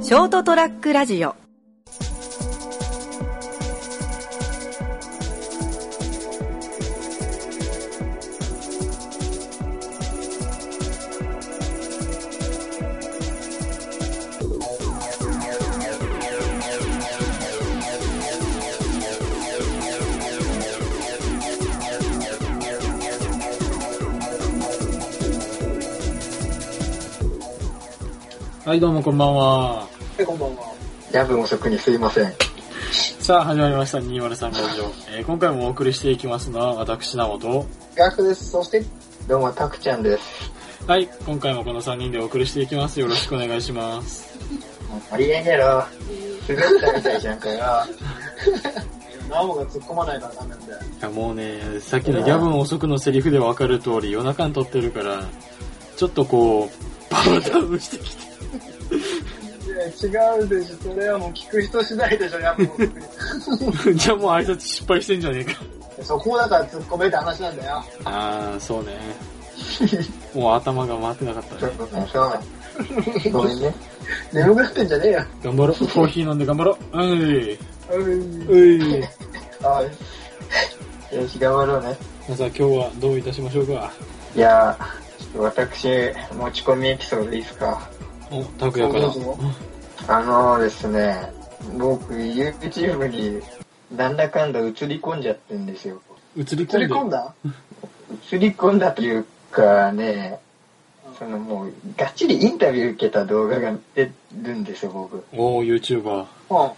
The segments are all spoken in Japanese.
ショートトラックラジオはい、どうもこんばんは。こんばんは。夜分遅くにすいません。さあ、始まりました、203ラジオ。えー今回もお送りしていきますのは、私、なおと。ガクです。そして、どうも、たくちゃんです。はい、今回もこの3人でお送りしていきます。よろしくお願いします。ありえねえろ。滑ったみたいじゃんかよ。 ナオが突っ込まないからダメなんで。いや、もうね、さっきのギャブン遅くのセリフでわかる通り、夜中に撮ってるから、ちょっとこう、パワーダウンしてきて。いや、違うでしょ。それはもう聞く人次第でしょ、やっぱも うじゃあもう挨拶失敗してんじゃねえか。そこだから突っ込めって話なんだよ。あー、そうね。もう頭が回ってなかったそね。うね、そうね。ごめんね。 眠くなってんじゃねえよ。頑張ろう。コーヒー飲んで頑張ろう。うん。うんうん。あよし、頑張ろうね。さあ、今日はどういたしましょうか。いやー、ちょっと私、持ち込みエピソードいいですか。お、たくやから。そうそうあのーですね、僕、YouTube に、なんだかんだ映り込んじゃってんですよ。映り込釣んりで。込んだ映り込んだというかね、そのもう、がっちりインタビュー受けた動画が出るんですよ、僕。おー、YouTuber。うん。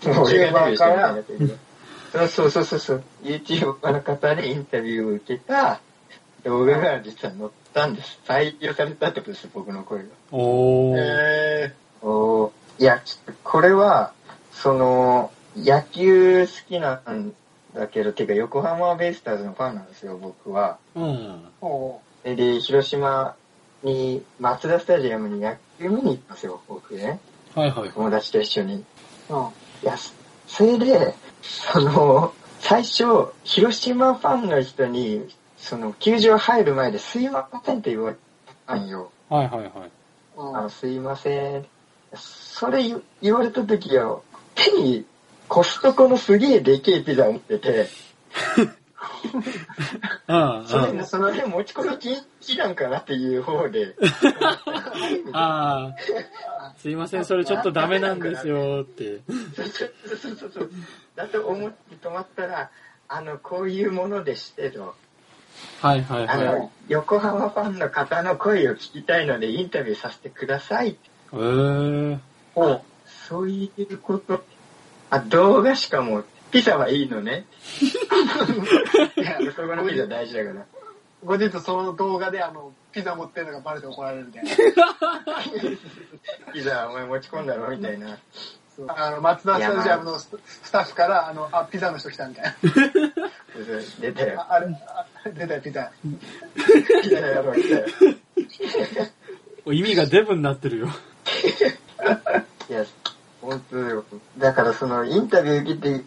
YouTuber から、そうそうそうそう、YouTuber の方にインタビューを受けた動画が実は載ったんです。採用されたってことです、僕の声が。おー。えおーいや、ちょっとこれは、その、野球好きなんだけど、てか横浜ベイスターズのファンなんですよ、僕は。うん。ー。おうで、広島に、マツダスタジアムに野球見に行ったんですよ、僕ね。はいはいはい。友達と一緒に。うん。いや、それで、その、最初、広島ファンの人に、その、球場入る前で、すいませんって言われたんよ。はいはいはい。うんあの、すいません。それ言言われた時は、手に、コストコのすげえでけえピザ持ってて、うんそれうん。その辺持ち込み禁止なんかなっていう方で、ああ。すいません、それちょっとダメなんですよって。そうそうそうそう。だと思って止まったら、あの、こういうものでしてと。はいはいあはいの。、横浜ファンの方の声を聞きたいのでインタビューさせてください。えー。おうそういうこと。あ、動画しかも、ピザはいいのね。いや、そこのピザ大事だから。後日その動画であの、ピザ持ってるのがバレて怒られるみたいな。 ピザお前持ち込んだろみたいな。そうあの、松田スタジアムのススタッフから、あの、あ、ピザの人来たみたいな。出たよあ。あれ、あ出たよ、ピザ。ピザやろうみたいな。意味がデブになってるよ。いや、本当よ。だからその、インタビュー受けて、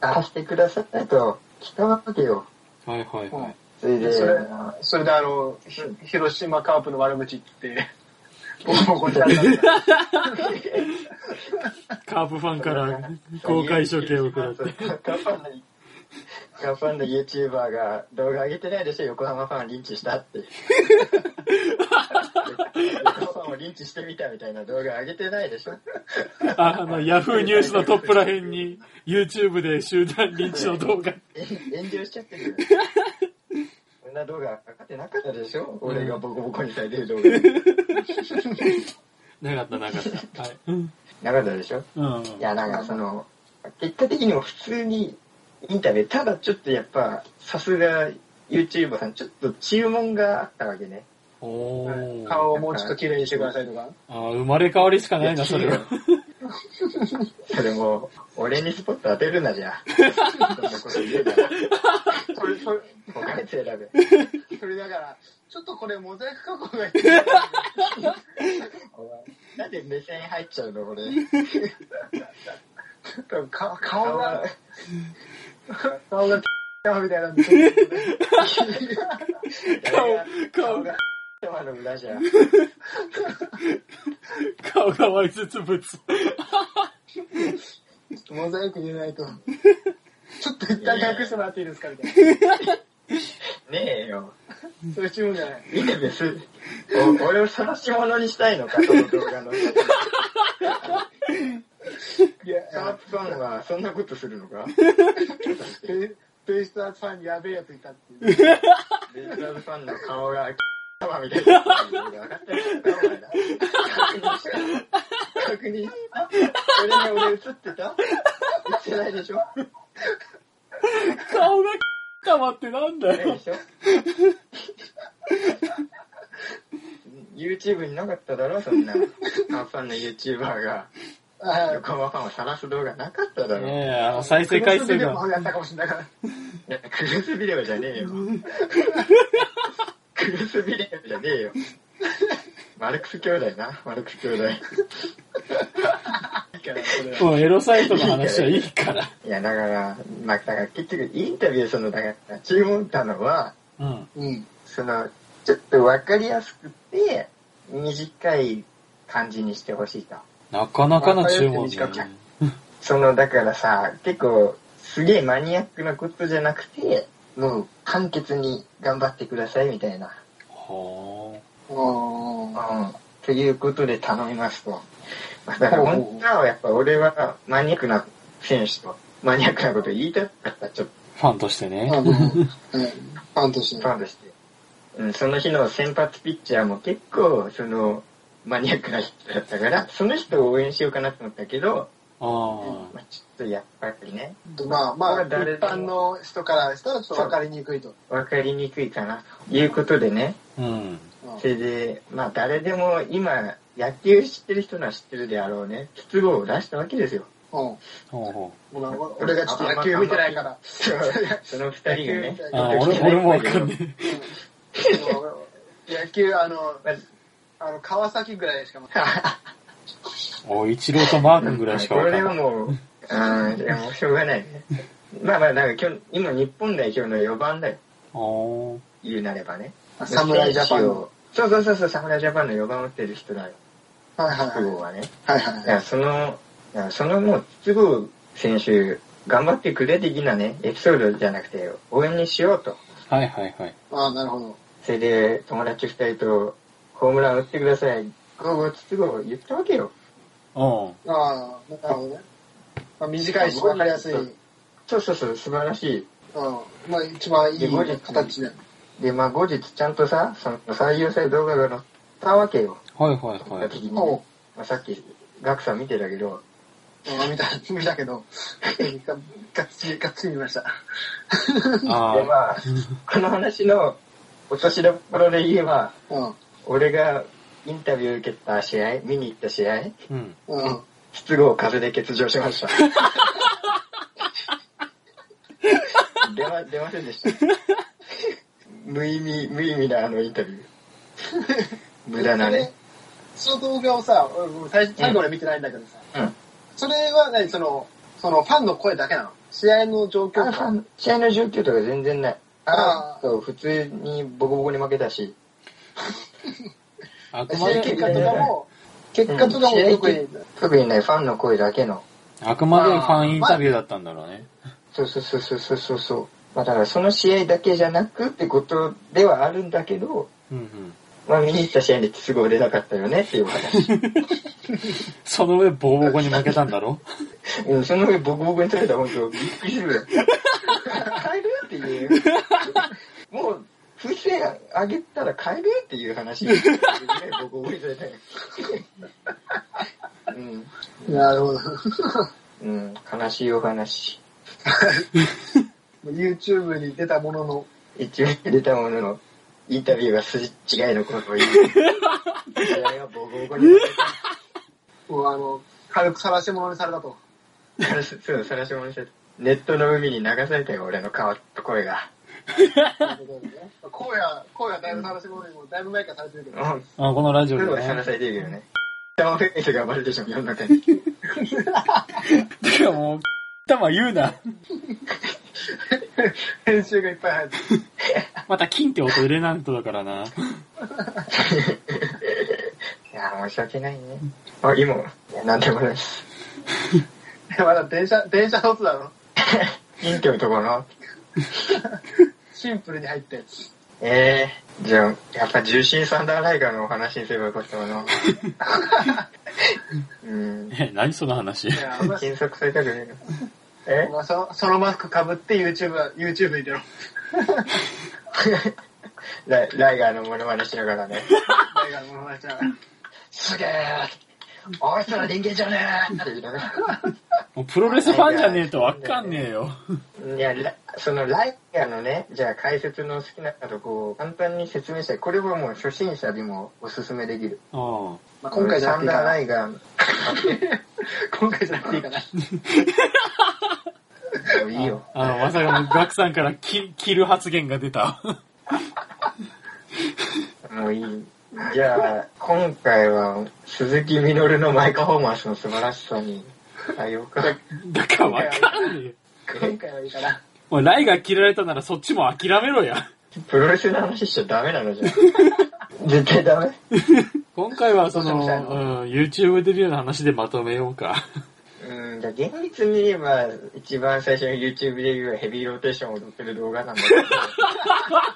あ、してくださったと、来たわけよ。はいはいはい。それで、それあそれであの、ひ広島カープの悪口言って、ボコボコにされたんだ。カープファンから公開処刑を食らって。ガファンの、ガファンの YouTuber が動画上げてないでしょ、横浜ファンリンチした って。横浜ファンをリンチしてみたみたいな動画上げてないでしょ。あの、ヤフーニュースのトップら辺に、YouTube で集団認知の動画。え 炎上しちゃってるよ。そんな動画上がってなかったでしょ、俺がボコボコにされてる動画。なかったなかった。はい。うん。なかったでしょうん。いや、なんかその、結果的にも普通にインタビュー、ただちょっとやっぱ、さすが YouTuber さん、ちょっと注文があったわけね。おー。顔をもうちょっと綺麗にしてくださいとか。あー生まれ変わりしかないな、それは。それも、俺にスポット当てるなじゃあ。そんなこと言うなら。それ、それ、他のやつ選べ。それだから、ちょっとこれモザイク加工が必要だお前なんで目線入っちゃうの俺。多分か顔顔がが、、顔が、みたいなんで。誰が顔顔が頭の裏じゃん。顔がわいせつ物。モザイク入れないと。ちょっと一旦隠してもらっていいですかみたいねえよ。な。そういう注文じゃない。いいね、別に。お俺を探し物にしたいのか、その動画の。いや、シャープさんはそんなことするの かペペースターズファンにやべえやついたっていう。デジタルファンの顔が、様みたいな。確認した。確 認した。俺が俺映ってた映ってないでしょ顔が玉ってなんだないよで。しょ YouTube になかっただろそんな。カンファンの YouTuber があ横浜ファンを探す動画なかっただろ。ねえ、あの、再生回数クロスビデオもが。やったかもしれないから。いやクルーズビデオじゃねえよ。クルーズビデオじゃねえよ。マルクス兄弟な、マルクス兄弟。もうエロサイトの話はいいから。いや、だから、まあ、だから結局インタビューその、だから注文したのは、うん。うん。その、ちょっとわかりやすくて、短い感じにしてほしいと。なかなかな注文だよね。その、だからさ、結構、すげえマニアックなことじゃなくて、もう、簡潔に頑張ってくださいみたいな。はうんうん。ということで頼みますと。まあだから本当はやっぱ俺はマニアックな選手と、マニアックなこと言いたかった、ちょっあ。ファンとしてね。あの、うん。パンとしてとフ。ァンとして。うん、その日の先発ピッチャーも結構、その、マニアックな人だったから、その人を応援しようかなと思ったけど、あまあ、ちょっとやっぱりね、まあまあ、こ一れ誰でも般の人からしたらちょっとわかりにくいと。わかりにくいかな、ということでね、あ。うん。うんそれで、まあ誰でも今、野球知ってる人なら知ってるであろうね、筒棒を出したわけですよ。うんほうほごめんお俺がちょっと野球見てない から。その二人がね。う。ああ、俺俺もわかんねえ。うん野球、あの、あの川崎ぐらいしかも。おい、一郎とマー君ぐらいしかこわかん れな。はいもう、ああ、でもしょうがないね。まあまあ、なんか今日、今日本代表の4番だよ。おー言うなればね。侍ジャパンの。そうそうそうそう、侍ジャパンの4番を打ってる人だよ。はいはい筒棒はね。はいだはからその、だからそのもう、筒棒選手、頑張ってくれ的なね、エピソードじゃなくて、応援にしようと。はいはいはい。ああ、なるほど。それで友達2人とホームラン打ってください、ゴーゴーつつゴー言ったわけよ。うん。ああ、なるほどね。まあ、短いしわかりやすい。うん。そうそうそう、素晴らしまあ、一番いで後日い形で。い。で、まあ後日ちゃんとさ、その採用された動画が載ったわけよ。はいはいはだいっ。ておうまあ、さっき、ガクさん見てたけど、うん見た、 見たけど、ががっちり、がっちり見ました。であまあ、この話の落としどころで言えば、うん。俺がインタビュー受けた試合、見に行った試合、あ。うん。うん。筒香を風で欠場しま した。出ま、出ませんでした。無意味、無意味なあのインタビュー。無駄なね。その動画をさ、俺もう最最後まで見てないんだけどさ、うん。それは何その、そのファンの声だけなの試合の状況とか。試合の状況とか全然ない。ああーそう、普通にボコボコに負けたし。あく試ま合で結果とかも、結果とかもうん特に、試合特にね、ファンの声だけの。あくまでファンインタビューだったんだろうね。そうそうそうそうそうそうそう。まあだからその試合だけじゃなくってことではあるんだけど、うんうん。まあ見に行った試合に筒香出なかったよねっていう話。その上ボコボコに負けたんだろうん、その上ボコボコにされたら本当びっくりするよ。帰るっていう。もう、風船あげたら帰るっていう話。ねボコボコにされたよ。うん。なるほど。うん、悲しいお話。 YouTube に出たも のの、一応出たものの、インタビューが筋違いのことを言う。試合はボコボコに負もうあの、軽く晒し物にされたと。 けた。そう、さらしもにされた。ネットの海に流されたよ、俺の顔と声が。声は、声はだいぶ晒し物にも、だいぶ前からされてるけど。うん、 あこのラジオ声ではさらね。されてるけどね。シャンフェイスがバレてしまう世の中に。てかもう、玉言うな。編集がいっぱい入ってる。また金って音入れないとだから な。 いやー、申し訳ないね。あ、今、いや、なんでもないです。まだ電車、電車の音だろ。インテルとかな。シンプルに入ったやつ。ええじゃあ、やっぱ重心サンダーライガーのお話にすればよかったかな。 うん。え、何その話。いや、お 前検索されたくねえな。えお前そそのマスクかぶって YouTube、YouTube に出 ろ。ライライガーのモノマネしながらね。大学の話だから。すげえあいつら人間じゃねえって言いながもうプロレスファンじゃねえとわかんねえよ。ら。いや、ラそのライガーのね、じゃあ解説の好きなとこを簡単に説明したい。これはもう初心者でもおすすめできる。あまあ、今回じゃなサくていンいかダーラな。イガーの、 今回じゃなくていいか な。もういいよ。あの、まさかのガクさんから切 切る発言が出 た。もういい。じゃあ、今回は鈴木みのるのマイパフォーマンスの素晴らしさに変えようか。だからわかんねえよ。今回はいいかな。もうライが切られたならそっちも諦めろや。プロレスの話しちゃダメなのじゃん。 絶対ダメ今回はその、そうそうそううん、YouTube デビューの話でまとめようか。うん、じゃあ厳密に言えば、一番最初の YouTube で言うヘビーローテーションを踊ってる動画なん だけど、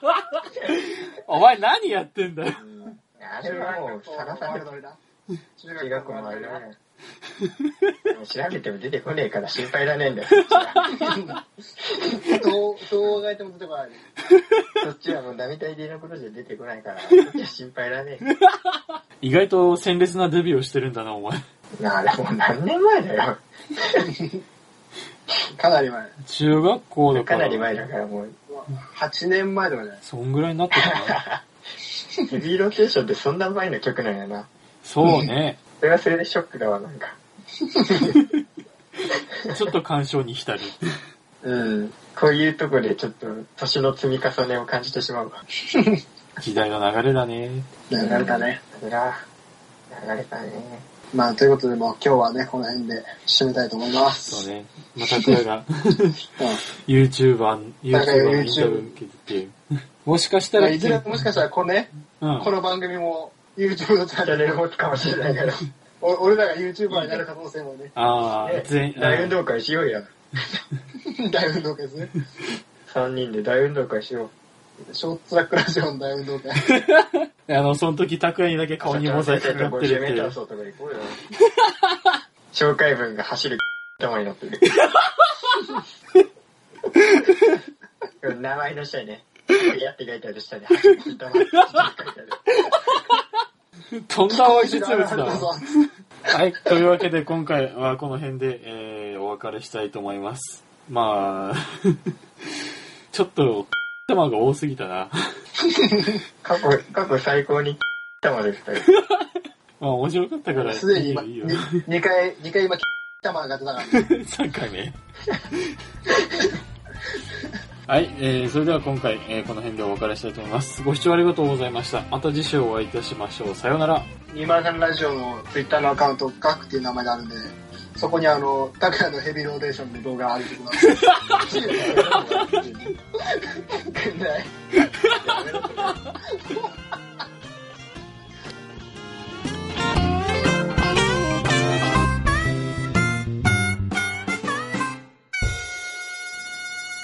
お前何やってんだよ。うんあれはもう探さな中学のくりだ。中て学校もありれだ だね。もう調べても出てこねえから心配だねえんだよ。どう、どう描いても出てこない。そっちはもう並大抵のことじゃ出てこないから、そっちは心配だねえ。意外と鮮烈なデビューをしてるんだな、お前。なあ、でも何年前だよ。かなり前。中学校だか。からなり前だからもう、 8年前とかじゃないそんぐらいになってたな。ヘビーローテーションってそんな前の曲なんやな。そうね。それはそれでショックだわ、なんか。ちょっと感傷に浸る。うん。こういうとこでちょっと、年の積み重ねを感じてしまうわ。時代の流れだね。流れたね。いや、流れたね。まあ、ということで、もう今日はね、この辺で締めたいと思います。そうね。またこれが。う YouTuber、だか YouTuber のらインタビューを受けてて、もしかしたん。まら、あいずれもしかしたら、このね、うん、この番組も YouTube のチャチンネャンネルル持つかもしれないから。お俺らが YouTuber になる可能性もね、ああ、全、大運動会しようや。大運動会ですね。 3人で大運動会しよショートトラックラジオの大運動会。あの、その時、拓也にだけう。顔にモザイクかかってる50メーターっ走とか行こうよ。紹介文が走る頭になってる。名前の下にね、やって書いてある下に走る玉って書いてある。ていう。とんだわい実物だどうわ。ぞはい、というわけで今回はこの辺で、えー、お別れしたいと思います。まあ、ちょっと、頭が多すぎたな。過去、過去最高に玉でしたよ。まあ、面白かったから、すでにいい今、よ、いいよ。 2回、二回今、玉上がってたから。 3回目。はい、えー、それでは今回、えーこの辺でお別れしたいと思います。ご視聴ありがとうございました。また次週お会いいたしましょう。さようなら。 203ラジオの Twitter のアカウント、ガクっていう名前であるんで、そこにあの、タクヤのヘビーローテーションの動画あげてください。くんない。